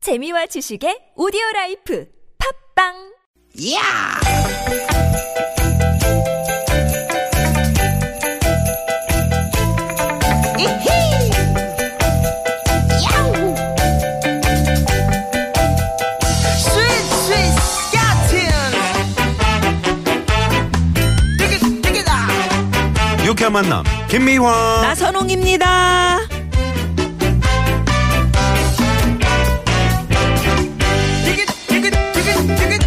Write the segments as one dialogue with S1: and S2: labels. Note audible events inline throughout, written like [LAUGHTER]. S1: 재미와 지식의 오디오 라이프 팝빵
S2: 야! 이히! 야우! 스윗 스윗 스틴! 되게 되게다!
S3: 유쾌한 만남 김미화
S4: 나선홍입니다.
S2: 되게 되게 되게 되게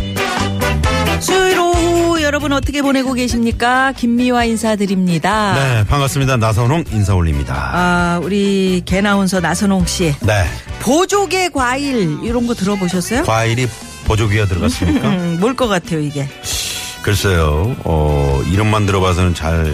S4: 수요일 오후 여러분 어떻게 보내고 계십니까? 김미화 인사드립니다.
S3: 네 반갑습니다 나선홍 인사 올립니다
S4: 아, 우리 개나운서 나선홍 씨.
S3: 네
S4: 보조개 과일 이런 거 들어보셨어요?
S3: 과일이 보조기가
S4: [LAUGHS]
S3: 들어갔습니까
S4: 음, 뭘 것 같아요, 이게?
S3: 글쎄요 어 이름만 들어봐서는 잘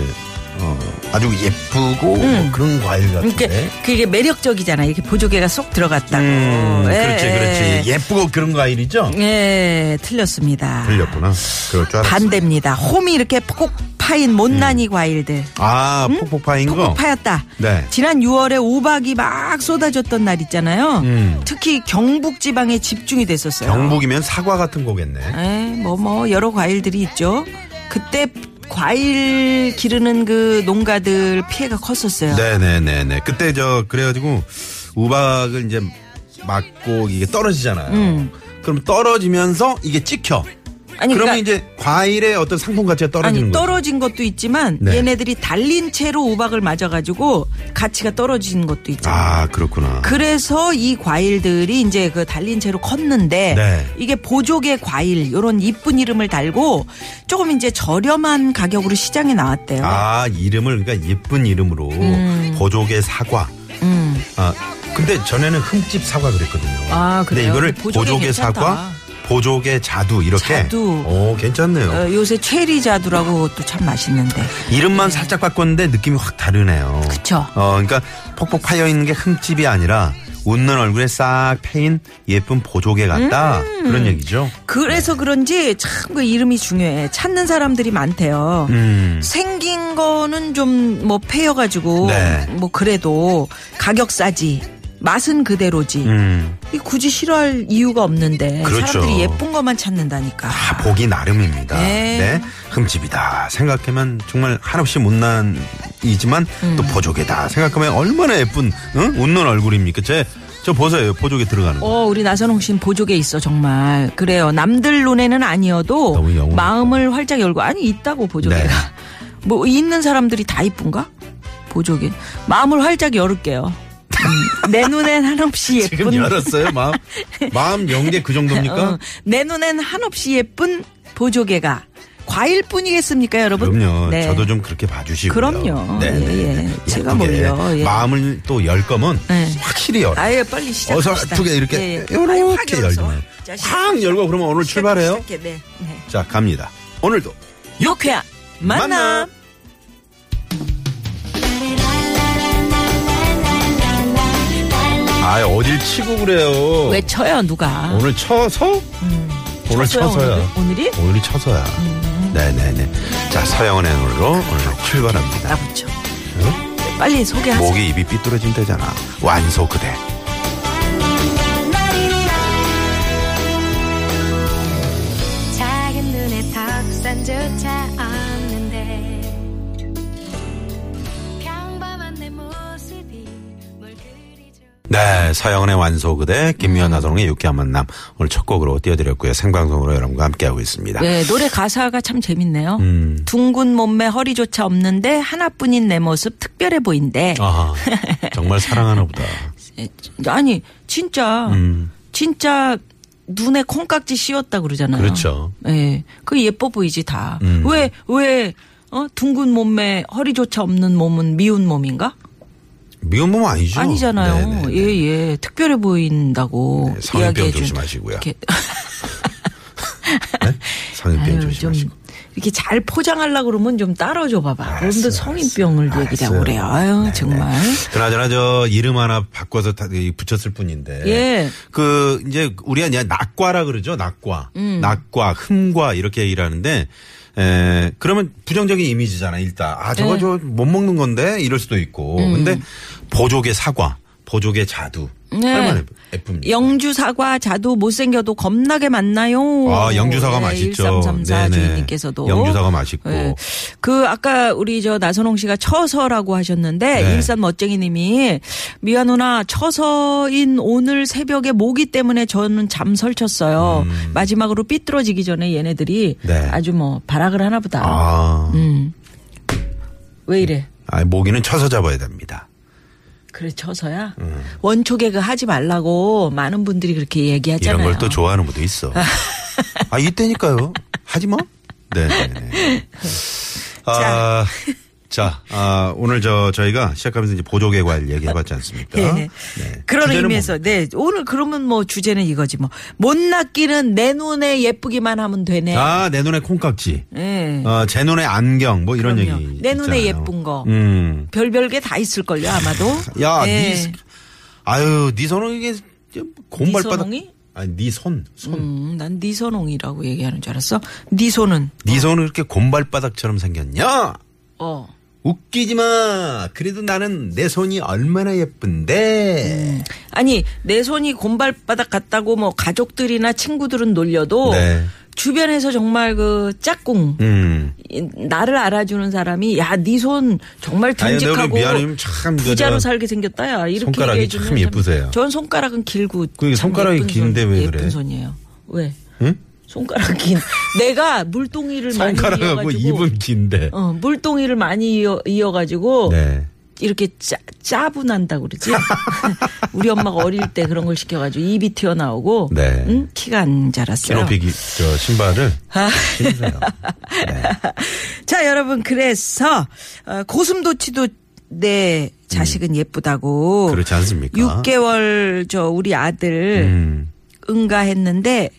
S3: 어, 아주 예쁘고 뭐 그런 과일
S4: 그게
S3: 같은데
S4: 그게 매력적이잖아. 이렇게 보조개가 쏙 들어갔다고.
S3: 네. 음,
S4: 예,
S3: 그렇지 그렇지 예쁘고 그런 과일이죠
S4: 예. 예, 틀렸습니다.
S3: 틀렸구나 그럴 줄 알았어
S4: 반대입니다. 홈이 이렇게 폭 파인 못난이 과일들.
S3: 아 음. 폭폭파인 거
S4: 파였다.
S3: 네.
S4: 지난 6월에 우박이 막 쏟아졌던 날 있잖아요. 특히 경북 지방에 집중이 됐었어요.
S3: 음. 경북이면 사과 같은 거겠네
S4: 에, 뭐, 뭐, 여러 과일들이 있죠. 그때 과일 기르는 그 농가들 피해가 컸었어요.
S3: 네네네네 그때 저 그래가지고 우박을 이제 맞고 이게 떨어지잖아요 그럼 떨어지면서 이게 찍혀
S4: 음. 아니,
S3: 그러면
S4: 그러니까-
S3: 이제 과일의 어떤 상품 가치가 떨어지는
S4: 아니,
S3: 거죠.
S4: 떨어진 것도 있지만
S3: 네.
S4: 얘네들이 달린 채로 우박을 맞아가지고 가치가 떨어진 것도 있잖아요.
S3: 아 그렇구나.
S4: 그래서 이 과일들이 이제 그 달린 채로 컸는데
S3: 네.
S4: 이게 보조개 과일 요런 이쁜 이름을 달고 조금 이제 저렴한 가격으로 시장에 나왔대요.
S3: 아 이름을 그러니까 예쁜 이름으로
S4: 음.
S3: 보조개 사과. 아 근데 전에는 흠집 사과 그랬거든요.
S4: 아,
S3: 근데
S4: 그래요?
S3: 이거를
S4: 보조개
S3: 보조개,
S4: 괜찮다.
S3: 사과, 보조개 자두 이렇게.
S4: 자두.
S3: 오 괜찮네요.
S4: 어, 요새 체리 자두라고 또 참 맛있는데.
S3: 이름만 살짝 바꿨는데 느낌이 확 다르네요.
S4: 그쵸.
S3: 어, 그러니까 폭폭 파여 있는 게 흠집이 아니라 웃는 얼굴에 싹 패인 예쁜 보조개 같다
S4: 음.
S3: 그런 얘기죠.
S4: 그래서 그런지 참 그 이름이 중요해. 찾는 사람들이 많대요.
S3: 음.
S4: 생긴 거는 좀 뭐 패여가지고
S3: 네.
S4: 뭐 그래도 가격 싸지. 맛은 그대로지.
S3: 음.
S4: 이 굳이 싫어할 이유가 없는데
S3: 그렇죠.
S4: 사람들이 예쁜 것만 찾는다니까.
S3: 다 보기 나름입니다.
S4: 네.
S3: 네. 흠집이다. 생각하면 정말 한없이 못난이지만
S4: 음.
S3: 또 보조개다. 생각하면 얼마나 예쁜 응? 웃는 얼굴입니까? 제, 저 보세요. 보조개 들어가는 거.
S4: 어, 우리 나선홍 씨는 보조개 있어 정말. 그래요. 남들 눈에는 아니어도
S3: 너무 영혼
S4: 마음을 활짝 열고 아니 있다고 보조개가.
S3: 네.
S4: [LAUGHS] 뭐 있는 사람들이 다 이쁜가? 보조개. 마음을 활짝 열을게요.
S3: [LAUGHS]
S4: 음, 내 눈엔 한없이 예쁜.
S3: 지금 열었어요. 마음 마음 영계 그 정도입니까?
S4: [LAUGHS] 어, 내 눈엔 한없이 예쁜 보조개가 과일뿐이겠습니까, 여러분?
S3: 그럼요.
S4: 네.
S3: 저도 좀 그렇게 봐주시고요.
S4: 그럼요.
S3: 네, 네,
S4: 예,
S3: 네.
S4: 예. 제가
S3: 예쁘게.
S4: 뭘요, 예.
S3: 마음을 또 열 거면
S4: 네.
S3: 확실히 열어.
S4: 아예 빨리 예, 시작.
S3: 어서 두개 이렇게 이렇게 열면 확 열고 그러면 오늘 출발해요.
S4: 아, 시작해, 네. 네.
S3: 자 갑니다. 오늘도
S4: 유쾌한 만남.
S3: 만남. 아 어딜 치고 그래요.
S4: 왜 쳐요 누가?
S3: 오늘 쳐서 오늘
S4: 쳤어요,
S3: 어,
S4: 음.
S3: 쳐서야
S4: 오늘? 오늘이?
S3: 오늘이 쳐서야 네네네 자 서영은의 노래로 오늘 출발합니다
S4: 나부죠. 네, 빨리 소개하세요.
S3: 목이 입이 삐뚤어진다잖아 완소 그대
S5: 작은 눈에 턱선조차 없는데 평범한 내 모습이 뭘 그리 좋
S3: 네 서영은의 완소 그대 김미연 나선홍의 유쾌한 만남 오늘 첫 곡으로 띄워드렸고요 생방송으로 여러분과 함께하고 있습니다
S4: 네, 노래 가사가 참 재밌네요.
S3: 음.
S4: 둥근 몸매 허리조차 없는데 하나뿐인 내 모습 특별해 보인대.
S3: 아하 정말 사랑하나 보다
S4: 에, 아니 진짜
S3: 음.
S4: 진짜 눈에 콩깍지 씌웠다 그러잖아요.
S3: 그렇죠. 음.
S4: 예, 그 예뻐 보이지 다. 왜 왜? 어 둥근 몸매 허리조차 없는 몸은 미운 몸인가?
S3: 미운 몸 아니죠
S4: 아니잖아요.
S3: 네네네.
S4: 예예 특별해 보인다고
S3: 네, 성인병
S4: 이야기해준-
S3: 조심하시고요.
S4: 이렇게
S3: 성인병
S4: 아유,
S3: 조심하시고 아,
S4: 좀 이렇게 잘 포장하려 그러면 좀 따라줘 봐봐. 그럼 또
S3: 알았어요,
S4: 성인병을
S3: 알았어요.
S4: 얘기하고 그래요. 아유
S3: 네네.
S4: 정말.
S3: 그나저나 저 이름 하나 바꿔서 다- 이 붙였을 뿐인데.
S4: 예.
S3: 그 이제 우리가 이제 낙과라 그러죠. 낙과.
S4: 음.
S3: 낙과, 흠과 이렇게 얘기를 하는데 에 그러면 부정적인 이미지잖아. 일단 아
S4: 네.
S3: 저거
S4: 음.
S3: 저 못 먹는 건데 이럴 수도 있고. 근데 보조개 사과, 보조개 자두
S4: 네.
S3: 얼마나 예쁩- 예쁩니까?
S4: 영주 사과 자도 못생겨도 겁나게 맛나요.
S3: 아, 영주사과 맛있죠.
S4: 1334
S3: 네네.
S4: 주인님께서도.
S3: 영주사과 맛있고.
S4: 네. 그 아까 우리 저 나선홍 씨가 처서라고 하셨는데
S3: 네.
S4: 일산 멋쟁이님이 미아 누나 처서인 오늘 새벽에 모기 때문에 저는 잠 설쳤어요. 마지막으로 삐뚤어지기 전에 얘네들이
S3: 음. 네.
S4: 아주 뭐 발악을 하나보다.
S3: 아,
S4: 음. 왜 이래?
S3: 아, 모기는 쳐서 잡아야 됩니다.
S4: 그래 쳐서야
S3: 음.
S4: 원초 개그 하지 말라고 많은 분들이 그렇게 얘기하잖아요.
S3: 이런 걸 또 좋아하는 분도
S4: [LAUGHS]
S3: 있어. 아, 이때니까요. 하지 마. 네. 네,
S4: [LAUGHS]
S3: 네. 아, 자, 아, 오늘 저 저희가 시작하면서 이제 보조개괄 얘기해봤지
S4: [LAUGHS]
S3: 않습니까?
S4: 네네. 예.
S3: 주제는
S4: 그런
S3: 뭐.
S4: 의미에서 네 오늘 그러면 뭐 주제는 이거지 뭐 못 낚이는 내 눈에 예쁘기만 하면 되네.
S3: 뭐- 아, 내 눈에 콩깍지.
S4: 예.
S3: 어, 제 눈에 안경 뭐 이런
S4: 그럼요.
S3: 얘기.
S4: 내 눈에
S3: 있잖아요.
S4: 예쁜 거.
S3: 음.
S4: 별별 게 다 있을 걸요 아마도.
S3: 야,
S4: 예.
S3: 니, 아유, 니 손은 이게 곰발바닥.
S4: 니 손홍이?
S3: 아니, 니 손. 손.
S4: 음, 난 니선홍이라고 얘기하는 줄 알았어. 니손은
S3: 니 손은 이렇게 곰발바닥처럼 생겼냐?
S4: 어.
S3: 웃기지 마. 그래도 나는 내 손이 얼마나 예쁜데.
S4: 음. 아니 내 손이 곰발바닥 같다고 뭐 가족들이나 친구들은 놀려도
S3: 네.
S4: 주변에서 정말 그 짝꿍
S3: 음.
S4: 이- 나를 알아주는 사람이 야 네 손 정말
S3: 아니, 근데 우리
S4: 듬직하고
S3: 미아님 참 그,
S4: 부자로
S3: 저,
S4: 살게 생겼다야 이렇게
S3: 손가락이
S4: 얘기해주면
S3: 참 예쁘세요.
S4: 전 손가락은 길고
S3: 그게
S4: 참
S3: 손가락이
S4: 예쁜
S3: 긴데
S4: 손,
S3: 왜
S4: 예쁜
S3: 그래?
S4: 손이에요. 왜?
S3: 응?
S4: 손가락 긴. [LAUGHS] 내가 물동이를 많이
S3: 손가락하고
S4: 이어가지고
S3: 입은 긴데.
S4: 어, 물동이를 많이 이어, 이어가지고
S3: 네.
S4: 이렇게 짜, 짜분한다고 그러지? [LAUGHS] 우리 엄마가 어릴 때 그런 걸 시켜가지고 입이 튀어나오고
S3: 네.
S4: 응? 키가 안 자랐어요. 아.
S3: 키높이 기- 저 신발을
S4: [LAUGHS]
S3: 신으세요.
S4: 자, 여러분 그래서 어, 고슴도치도 내 자식은 예쁘다고
S3: 음. 그렇지 않습니까?
S4: 어. 6개월 저 우리 아들
S3: 음.
S4: 응가했는데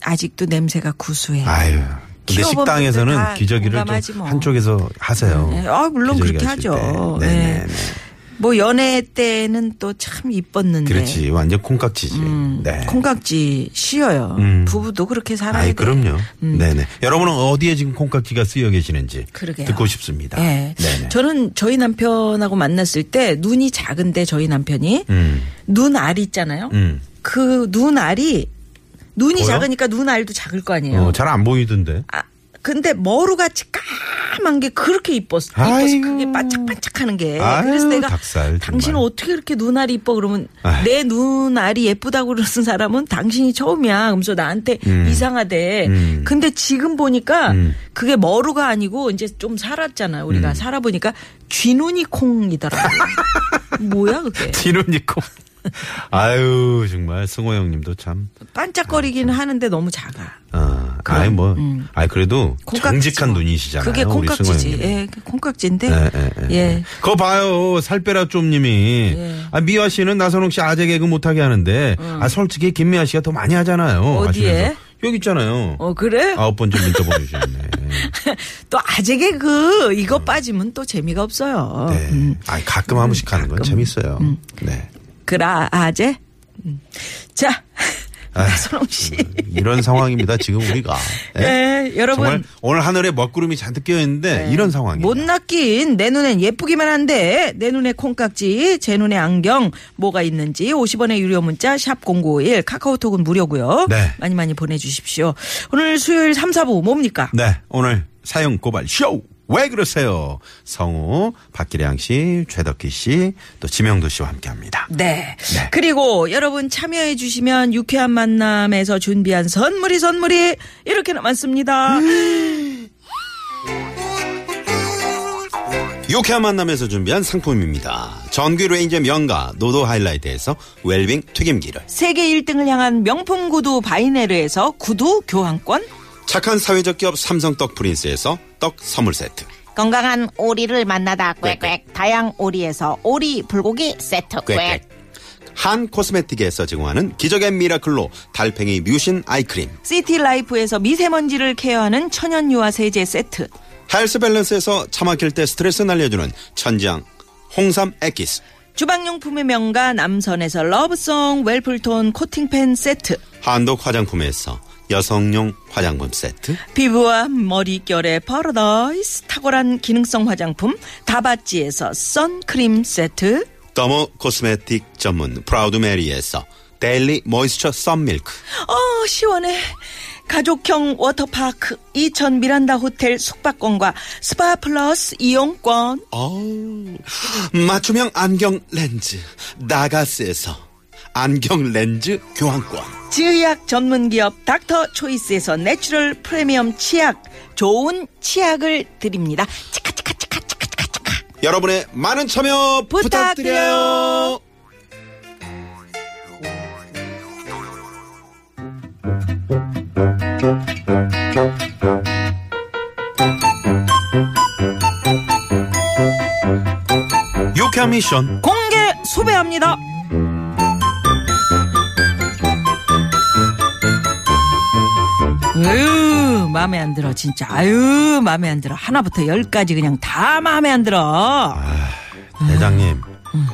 S4: 아직도 냄새가 구수해.
S3: 아유. 근데
S4: 키워본 분들 다
S3: 식당에서는 기저귀를
S4: 공감하지
S3: 좀
S4: 뭐.
S3: 한쪽에서 하세요.
S4: 네. 아, 물론
S3: 기저귀
S4: 그렇게
S3: 하실
S4: 하죠.
S3: 때.
S4: 네.
S3: 네네네.
S4: 뭐 연애 때는 또 참 이뻤는데 음,
S3: 그렇지. 완전 콩깍지지. 네.
S4: 콩깍지 씌어요.
S3: 음.
S4: 부부도 그렇게 살아야
S3: 아이,
S4: 돼. 음.
S3: 그럼요. 네네. 여러분은 어디에 지금 콩깍지가 쓰여 계시는지
S4: 그러게요.
S3: 듣고 싶습니다.
S4: 예.
S3: 네네.
S4: 저는 저희 남편하고 만났을 때 눈이 작은데 저희 남편이
S3: 음.
S4: 눈알 있잖아요.
S3: 음.
S4: 그 눈알이 눈이
S3: 보여?
S4: 작으니까 눈알도 작을 거 아니에요.
S3: 어, 잘 안 보이던데.
S4: 아, 근데 머루같이 까만 게 그렇게 이뻤어. 이뻤어.
S3: 아이고.
S4: 그게 반짝반짝하는 게.
S3: 아유,
S4: 그래서 내가
S3: 닭살, 정말.
S4: 당신은 어떻게 이렇게 눈알이 이뻐 그러면
S3: 아휴.
S4: 내 눈알이 예쁘다고 그러는 사람은 당신이 처음이야. 그러면서 나한테 이상하대.
S3: 음.
S4: 근데 지금 보니까
S3: 음.
S4: 그게 머루가 아니고 이제 좀 살았잖아. 우리가 살아보니까 쥐눈이 콩이더라고. [LAUGHS] 뭐야 그게? [LAUGHS]
S3: 지루니코. 아유, 정말 승호 형님도 참.
S4: 반짝거리긴 하는데 너무 작아.
S3: 아,
S4: 그럼, 음.
S3: 아이 뭐, 아이 그래도
S4: 콩깍지지
S3: 정직한
S4: 뭐.
S3: 눈이시잖아요.
S4: 그게
S3: 우리 승호
S4: 콩깍지지.
S3: 형님.
S4: 예, 콩깍지인데.
S3: 예, 예, 예.
S4: 예.
S3: 그거 봐요. 살 빼라 좀님이. 아, 미화 씨는 나선홍 씨 아재 개그 못하게 하는데, 아, 솔직히 김미화 씨가 더 많이 하잖아요.
S4: 어. 어디에?
S3: 하시면서. 여기 있잖아요.
S4: 어 그래?
S3: 아홉 번째 문자 보내주셨네.
S4: [LAUGHS] 또 아재개 그 이거 빠지면 또 재미가 없어요.
S3: 음. 네.
S4: 음.
S3: 아, 가끔 한 번씩 하는 건 재밌어요. 네.
S4: 그라 아재. 음. 자
S3: 아휴,
S4: [LAUGHS] 나선홍 씨.
S3: 이런 상황입니다. 지금 우리가. 예?
S4: [LAUGHS] 네, 여러분. 네.
S3: 정말 오늘 하늘에 먹구름이 잔뜩 끼어 있는데 이런 상황이에요.
S4: 못 낚인 내 눈엔 예쁘기만 한데 내 눈에 콩깍지 제 눈에 안경 뭐가 있는지 50원의 유료 문자 샵 0951 카카오톡은 무료고요
S3: 네.
S4: 많이 많이 보내주십시오 오늘 수요일 3, 4부 뭡니까
S3: 네, 오늘 사형 고발 쇼. 왜 그러세요? 성우, 박기량 씨, 최덕기 씨, 또 지명도 씨와 함께 합니다.
S4: 네.
S3: 네.
S4: 그리고 여러분 참여해 주시면 유쾌한 만남에서 준비한 선물이 선물이 이렇게 남았습니다.
S3: 유쾌한 만남에서 준비한 상품입니다. 전기 레인저 명가 노도 하이라이트에서 웰빙 튀김기를
S4: 세계 1등을 향한 명품 구두 바이네르에서 구두 교환권,
S3: 착한 사회적 기업 삼성 떡 프린스에서 떡 선물 세트
S6: 건강한 오리를 만나다 꽥꽥 다양 오리에서 오리 불고기 세트 꽥꽥
S3: 꽥꽥 한 코스메틱에서 제공하는 기적의 미라클로 달팽이 뮤신 아이크림
S4: 시티 라이프에서 미세먼지를 케어하는 천연 유화 세제 세트,
S3: 헬스 밸런스에서 차 막힐 때 스트레스 날려주는 천지향 홍삼 액기스
S4: 주방용품의 명가 남선에서 러브송 웰플톤 코팅팬 세트,
S3: 한독 화장품에서 여성용 화장품 세트
S4: 피부와 머릿결의 파라다이스 탁월한 기능성 화장품 다바찌에서 선크림 세트
S3: 더모 코스메틱 전문 프라우드 메리에서 데일리 모이스처 썸밀크
S4: 어, 시원해. 가족형 워터파크 이천 미란다 호텔 숙박권과 스파 플러스 이용권.
S3: 어우, 맞춤형 안경 렌즈 나가스에서 안경 렌즈 교환권
S4: 치의학 전문 기업 닥터 초이스에서 내추럴 프리미엄 치약. 좋은 치약을 드립니다. 치카치카치카치카치카.
S3: 여러분의 많은 참여 부탁드려요.
S4: 부탁드려요.
S3: 유쾌한 미션
S4: 공개 수배합니다. 으, 마음에 안 들어, 진짜. 아유, 마음에 안 들어. 하나부터 열까지 그냥 다 마음에 안 들어.
S3: 대장님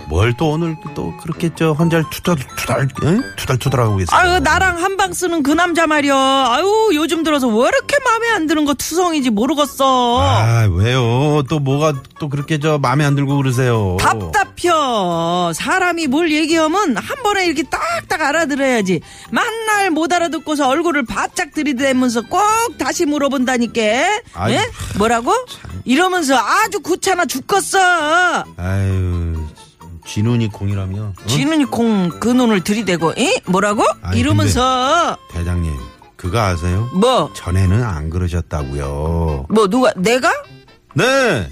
S3: 뭘 또 오늘 또 그렇게 저 혼자 투덜 투덜 응? 투덜투덜하고 계세요?
S4: 아유, 나랑 한방 쓰는 그 남자 말이야. 아유, 요즘 들어서 왜 이렇게 마음에 안 드는 거 투성인지 모르겠어.
S3: 아 왜요? 또 뭐가 또 그렇게 저 마음에 안 들고 그러세요?
S4: 답답혀. 사람이 뭘 얘기하면 한 번에 이렇게 딱딱 알아들어야지. 만날 못 알아듣고서 얼굴을 바짝 들이대면서 꼭 다시 물어본다니까.
S3: 아이,
S4: 예? 뭐라고? 이러면서 아주 구차나 죽겠어.
S3: 아유 진훈이 공이라며 어? 응?
S4: 지눈이 콩 그 눈을 들이대고, 에? 뭐라고?
S3: 아니,
S4: 이러면서
S3: 대장님 그거 아세요?
S4: 뭐?
S3: 전에는 안 그러셨다고요.
S4: 뭐 누가 내가?
S3: 네.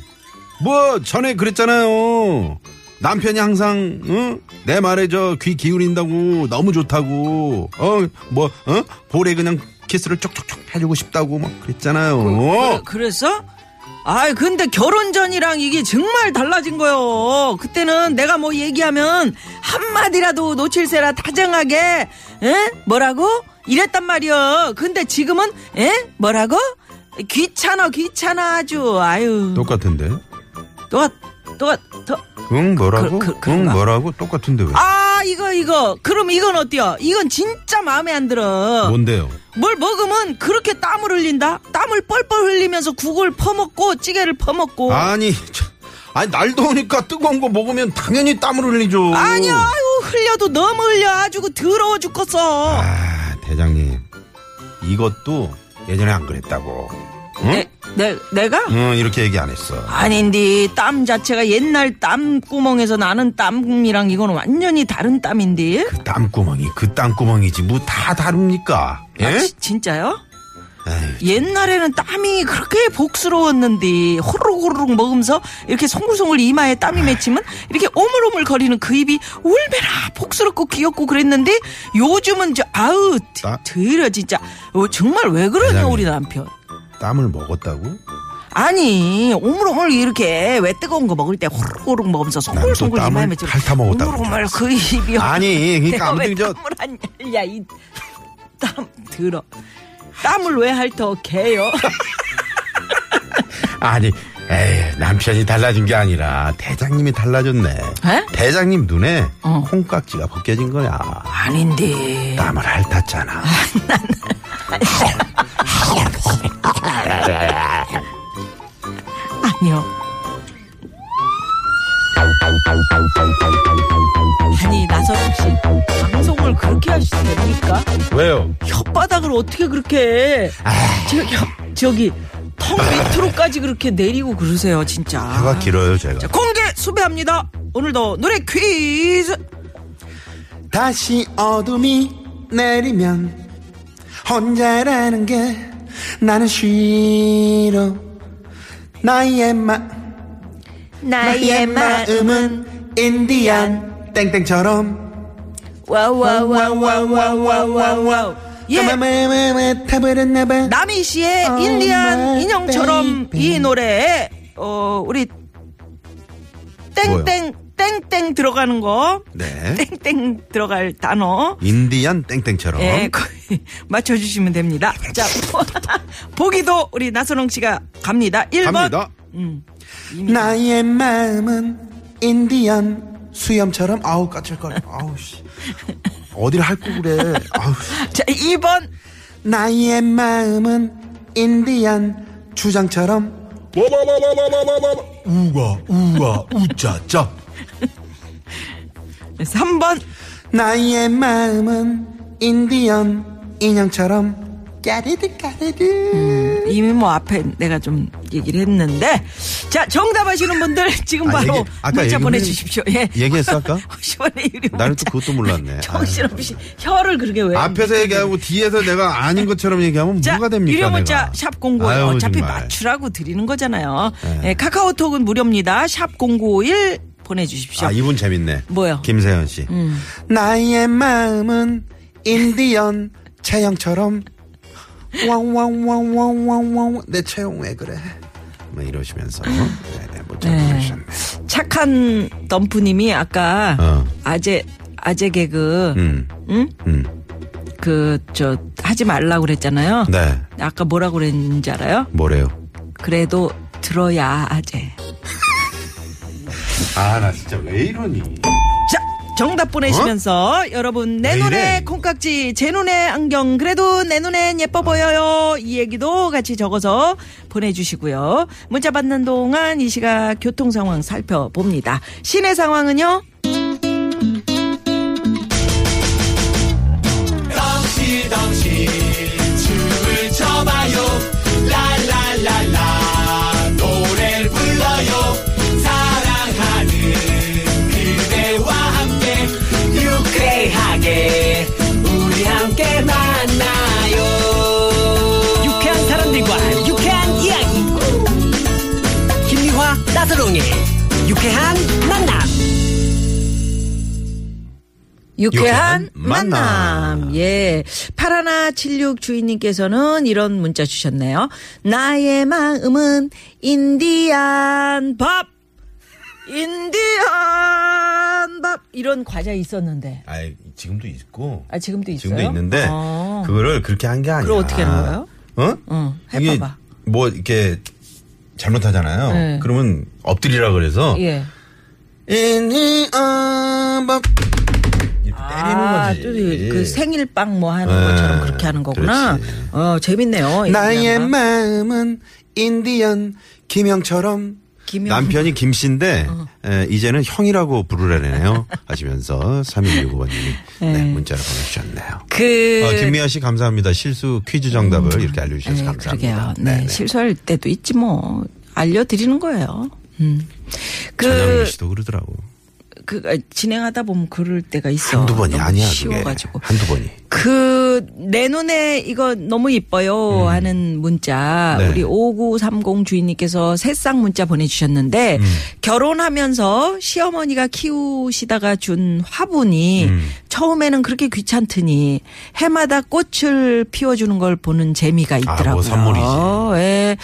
S3: 뭐 전에 그랬잖아요. 남편이 항상 응? 내 말에 저 귀 기울인다고 너무 좋다고 어뭐 어? 볼에 그냥 키스를 쪽쪽쪽 해주고 싶다고 막 그랬잖아요.
S4: 그래, 서 아이 근데 결혼 전이랑 이게 정말 달라진 거요. 그때는 내가 뭐 얘기하면 한 마디라도 놓칠세라 다정하게 에? 뭐라고 이랬단 말이요. 근데 지금은 에? 뭐라고 귀찮아 귀찮아 아주 아유
S3: 똑같은데?
S4: 또또또
S3: 응 뭐라고?
S4: 그- 그- 그런가?
S3: 응 뭐라고? 똑같은데 왜?
S4: 아 이거 이거 그럼 이건 어때요? 이건 진짜 마음에 안 들어.
S3: 뭔데요?
S4: 뭘 먹으면 그렇게 땀을 흘린다? 땀을 뻘뻘 흘리면서 국을 퍼먹고 찌개를 퍼먹고
S3: 아니 참, 아니 날 더우니까 뜨거운 거 먹으면 당연히 땀을 흘리죠.
S4: 아니야, 아유, 흘려도 너무 흘려. 아주 그 더러워 죽겠어.
S3: 아, 대장님. 이것도 예전에 안 그랬다고. 응?
S4: 내, 내, 내가?
S3: 응, 이렇게 얘기 안 했어.
S4: 아닌데, 땀 자체가 옛날 땀구멍에서 나는 땀이랑 이건 완전히 다른 땀인데.
S3: 땀구멍이 그 땀구멍이지 뭐 다 다릅니까? 예?
S4: 아, 지- 진짜요?
S3: 에이,
S4: 옛날에는 땀이 그렇게 복스러웠는데, 호로록 호로록 먹으면서 이렇게 송글송글 이마에 땀이 맺히면 이렇게 오물오물 거리는 그 입이 얼마나 복스럽고 귀엽고 그랬는데, 요즘은 저, 아우,
S3: 아?
S4: 드려, 진짜. 어, 정말 왜 그러냐,
S3: 세상에.
S4: 우리 남편.
S3: 땀을 먹었다고?
S4: 아니 오물오물 이렇게 왜 뜨거운 거 먹을 때 호로록 먹으면서 송글송글
S3: 땀을
S4: 이마에 좀
S3: 핥아 먹었다고
S4: 오물오물 그 입이
S3: 아니, 그러니까
S4: 내가 왜
S3: 아무튼 저-
S4: 땀을 안 흘려 이땀 들어 땀을 왜 핥어 개요
S3: 아니, 에이, 남편이 달라진 게 아니라 대장님이 달라졌네.
S4: 에?
S3: 대장님 눈에
S4: 어.
S3: 콩깍지가 벗겨진 거야.
S4: 아닌데
S3: 땀을 핥았잖아.
S4: 아니요 아니 나선욱 씨 방송을 그렇게 하시면 됩니까?
S3: 왜요?
S4: 혓바닥을 어떻게 그렇게
S3: 아.
S4: 저, 혀, 저기 턱 밑으로까지 그렇게 내리고 그러세요 진짜
S3: 혀가 길어요, 제가.
S4: 자, 공개 수배합니다 오늘도 노래 퀴즈
S7: 다시 어둠이 내리면 혼자라는 게 나는 싫어 나의 마 나의 마음은 인디안 땡땡처럼
S4: 와와와와와와와와 예
S7: 마마마마 음, 타버렸나봐
S4: 남희 씨의
S7: Oh
S4: 인디안
S7: my
S4: 인형처럼
S7: baby.
S4: 이 노래에 어 우리 땡땡 땡땡 들어가는 거
S3: 네.
S4: 땡땡 들어갈 단어
S3: 인디안 땡땡처럼.
S4: 예, 거의 [LAUGHS] 맞춰주시면 됩니다. 자, [LAUGHS] 보기도 우리 나선홍 씨가 갑니다. 1번.
S3: 갑니다.
S7: 나의 마음은 인디안 수염처럼 아우 까칠거려 아우 씨
S3: 어디를 핥고 그래. 아우,
S4: 자, 2번.
S7: 나의 마음은 인디안 주장처럼
S3: 우와 우와 우짜짜
S4: 3번.
S7: 나의 마음은 인디언 인형처럼 까르르 까르르
S4: 이미 뭐 앞에 내가 좀 얘기를 했는데. 자, 정답 아시는 분들 지금
S3: 아,
S4: 바로
S3: 얘기- 아까
S4: 문자
S3: 얘기-
S4: 보내주십시오. 예. [LAUGHS]
S3: 얘기했어, 아까?
S4: 50원의 유료 문자.
S3: 나는 또 그것도 몰랐네.
S4: [LAUGHS]
S3: 아.
S4: 정신없이 혀를 그렇게 왜.
S3: 앞에서 얘기하고 뒤에서 내가 아닌 것처럼 얘기하면
S4: 네. 자,
S3: 뭐가 됩니까?
S4: 유료 문자
S3: 내가.
S4: 샵 공고
S3: 아유,
S4: 어차피
S3: 정말.
S4: 맞추라고 드리는 거잖아요.
S3: 네.
S4: 예, 카카오톡은 무료입니다. 샵 공고일 보내주십시오.
S3: 아, 이분 재밌네.
S4: 뭐요? 음.
S3: 김세현 씨.
S7: 나의 마음은 인디언 체형처럼 왕왕왕왕왕왕 내 체형 왜 그래
S3: 뭐 이러시면서.
S4: 음.
S3: 네네, 뭐 문자 보내주셨네.
S4: 착한 덤프님이 아까
S3: 어.
S4: 아재 아재 개그
S3: 음.
S4: 응?
S3: 음.
S4: 그 저 하지 말라고 그랬잖아요.
S3: 네.
S4: 아까 뭐라고 그랬는지 알아요?
S3: 뭐래요?
S4: 그래도 들어야 아재.
S3: 아, 나 진짜 왜 이러니?
S4: 자, 정답 보내시면서 여러분 내
S3: 어? 왜
S4: 눈에
S3: 이래?
S4: 콩깍지, 제 눈에 안경, 그래도 내 눈엔 예뻐 보여요. 이 얘기도 같이 적어서 보내주시고요. 문자 받는 동안 이 시각 교통 상황 살펴봅니다. 시내 상황은요?
S8: 유쾌한 사람들과 유쾌한 이야기 김미화 나서롱의 유쾌한 만남
S3: 유쾌한
S4: 유쾌한 만남.
S3: 만남.
S4: 예. 파라나 76 주인님께서는 이런 문자 주셨네요. 나의 마음은 인디안 밥. 인디안 밥. 이런 과자 있었는데.
S3: 아, 지금도 있고.
S4: 아, 지금도 있어요?
S3: 지금도 있는데
S4: 아.
S3: 그거를 그렇게 한 게 아니야.
S4: 그럼 어떻게 하는 거예요?
S3: 어?
S4: 응,
S3: 이게
S4: 해봐봐.
S3: 뭐 이렇게 잘못하잖아요.
S4: 네.
S3: 그러면 엎드리라 그래서
S4: 예.
S3: 이니 아밥 이렇게
S4: 아, 또
S3: 때리는 거지.
S4: 그 생일빵 뭐 하는
S3: 네.
S4: 것처럼 그렇게 하는
S3: 예,
S4: 거구나.
S3: 그렇지.
S4: 어, 재밌네요.
S7: 나의
S4: 인디안 밥.
S7: 마음은 인디언 김형처럼
S4: 김영-
S3: 남편이 김 씨인데
S4: 어.
S3: 에, 이제는 형이라고 부르라네요 하시면서 3165번님이 네. 문자를 보내주셨네요.
S4: 그 음.
S3: 어, 김미아 씨 감사합니다. 실수 퀴즈 정답을 이렇게 알려주셔서 감사합니다.
S4: 그러게요. 네,
S3: 네네.
S4: 실수할 때도 있지 뭐 알려드리는 거예요. 음.
S3: 전영미
S4: 그,
S3: 씨도 그러더라고.
S4: 그 아, 진행하다 보면 그럴 때가 있어.
S3: 한두 번이
S4: 너무
S3: 아니야 그게.
S4: 쉬워가지고.
S3: 한두 번이.
S4: 그 내 눈에 이거 너무 이뻐요 하는
S3: 음.
S4: 문자
S3: 네.
S4: 우리 5930 주인님께서 새싹 문자 보내주셨는데
S3: 음.
S4: 결혼하면서 시어머니가 키우시다가 준 화분이 처음에는 그렇게 귀찮더니 해마다 꽃을 피워주는 걸 보는 재미가 있더라고요.
S3: 아, 선물이지. 네.
S4: 예.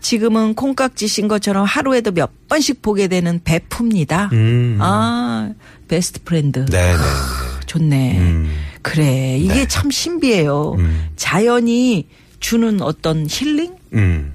S4: 지금은 콩깍지 신 것처럼 하루에도 몇 번씩 보게 되는 베프입니다.
S3: 음.
S4: 아 베스트 프렌드.
S3: 네네.
S4: 아, 좋네.
S3: 음.
S4: 그래. 이게 참 신비해요.
S3: 네. 음.
S4: 자연이 주는 어떤 힐링?
S3: 음.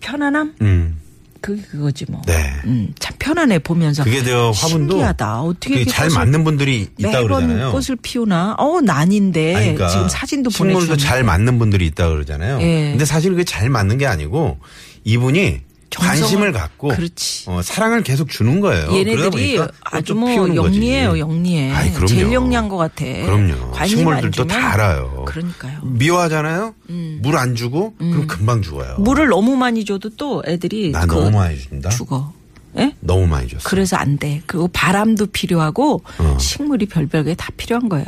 S4: 편안함?
S3: 음.
S4: 그게 그거지 뭐.
S3: 네.
S4: 음, 참 편안해 보면서.
S3: 그게 저 화분도
S4: 신기하다. 어떻게
S3: 그게
S4: 이렇게
S3: 잘
S4: 꽃을-
S3: 맞는 분들이 있다
S4: 매번
S3: 그러잖아요.
S4: 꽃을 피우나? 어, 난인데.
S3: 아니, 그러니까
S4: 지금 사진도
S3: 식물도
S4: 보내주셨는데.
S3: 잘 맞는 분들이 있다 그러잖아요.
S4: 예.
S3: 근데 사실 그게 잘 맞는 게 아니고 이분이
S4: 정성을-
S3: 관심을 갖고
S4: 그렇지.
S3: 어, 사랑을 계속 주는 거예요. 그러다
S4: 얘네들이
S3: 보니까
S4: 아주
S3: 꽃도
S4: 뭐
S3: 피우는 거지.
S4: 영리해요, 영리해.
S3: 아이, 그럼요.
S4: 제일 영리한 것 같아.
S3: 그럼요.
S4: 관심 안
S3: 식물들도
S4: 주면
S3: 다 알아요. 음.
S4: 그러니까요.
S3: 미워하잖아요. 물 안 주고 그럼 금방 죽어요.
S4: 음. 물을 너무 많이 줘도 또 애들이
S3: 나
S4: 그
S3: 너무 많이 준다.
S4: 죽어. 예?
S3: 너무 많이 줬어.
S4: 그래서 안 돼. 그리고 바람도 필요하고
S3: 어.
S4: 식물이 별별게 다 필요한 거예요.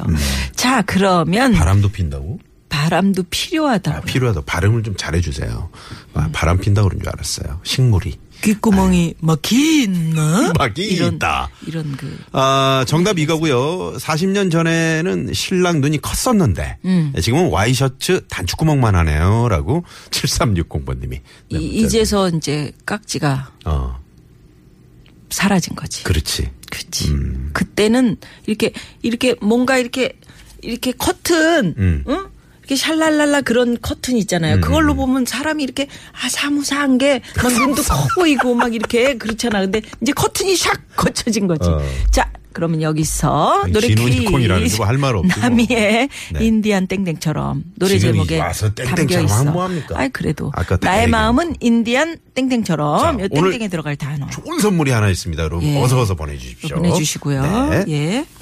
S4: 자, 그러면
S3: 음. 바람도 핀다고?
S4: 바람. 도 필요하다고.
S3: 아, 필요하다. 발음을 좀 잘해주세요. 아, 바람 핀다 그런 줄 알았어요. 식물이.
S4: 귓구멍이
S3: [LAUGHS]
S4: 막히나?
S3: 아. 막히
S4: 어? 이런,
S3: 있다.
S4: 이런 그
S3: 아, 정답 이거고요. 40년 전에는 신랑 눈이 컸었는데
S4: 음.
S3: 지금은 와이셔츠 단추구멍만 하네요라고 7360번님이
S4: 이, 제서 이제 깍지가
S3: 어,
S4: 사라진 거지.
S3: 그렇지.
S4: 그치.
S3: 음.
S4: 그때는 이렇게 이렇게 뭔가 이렇게 이렇게 커튼,
S3: 음.
S4: 응? 이렇게 샬랄랄라 그런 커튼 있잖아요. 그걸로 보면 사람이 이렇게 아 사무사한 게 막 눈도 커 보이고 막 이렇게 그렇잖아. 근데 이제 커튼이 샥 거쳐진 거지.
S3: 어.
S4: 자, 그러면 여기서
S3: 아니,
S4: 노래
S3: 진우
S4: 퀴즈.
S3: 유니콘이라는 게뭐할말 없지 뭐.
S4: 남이의
S3: 네.
S4: 인디안 땡땡처럼 노래
S3: 지금
S4: 제목에
S3: 와서 땡땡처럼
S4: 담겨 있어.
S3: 하면 뭐합니까?
S4: 아이 그래도
S3: 아까 다
S4: 나의
S3: 얘기했는데.
S4: 마음은 인디안 땡땡처럼
S3: 자,
S4: 요
S3: 오늘
S4: 땡땡에 들어갈 단어.
S3: 좋은 선물이 하나 있습니다. 여러분
S4: 예.
S3: 어서 어서 보내주십시오.
S4: 보내주시고요.
S3: 네.
S4: 예.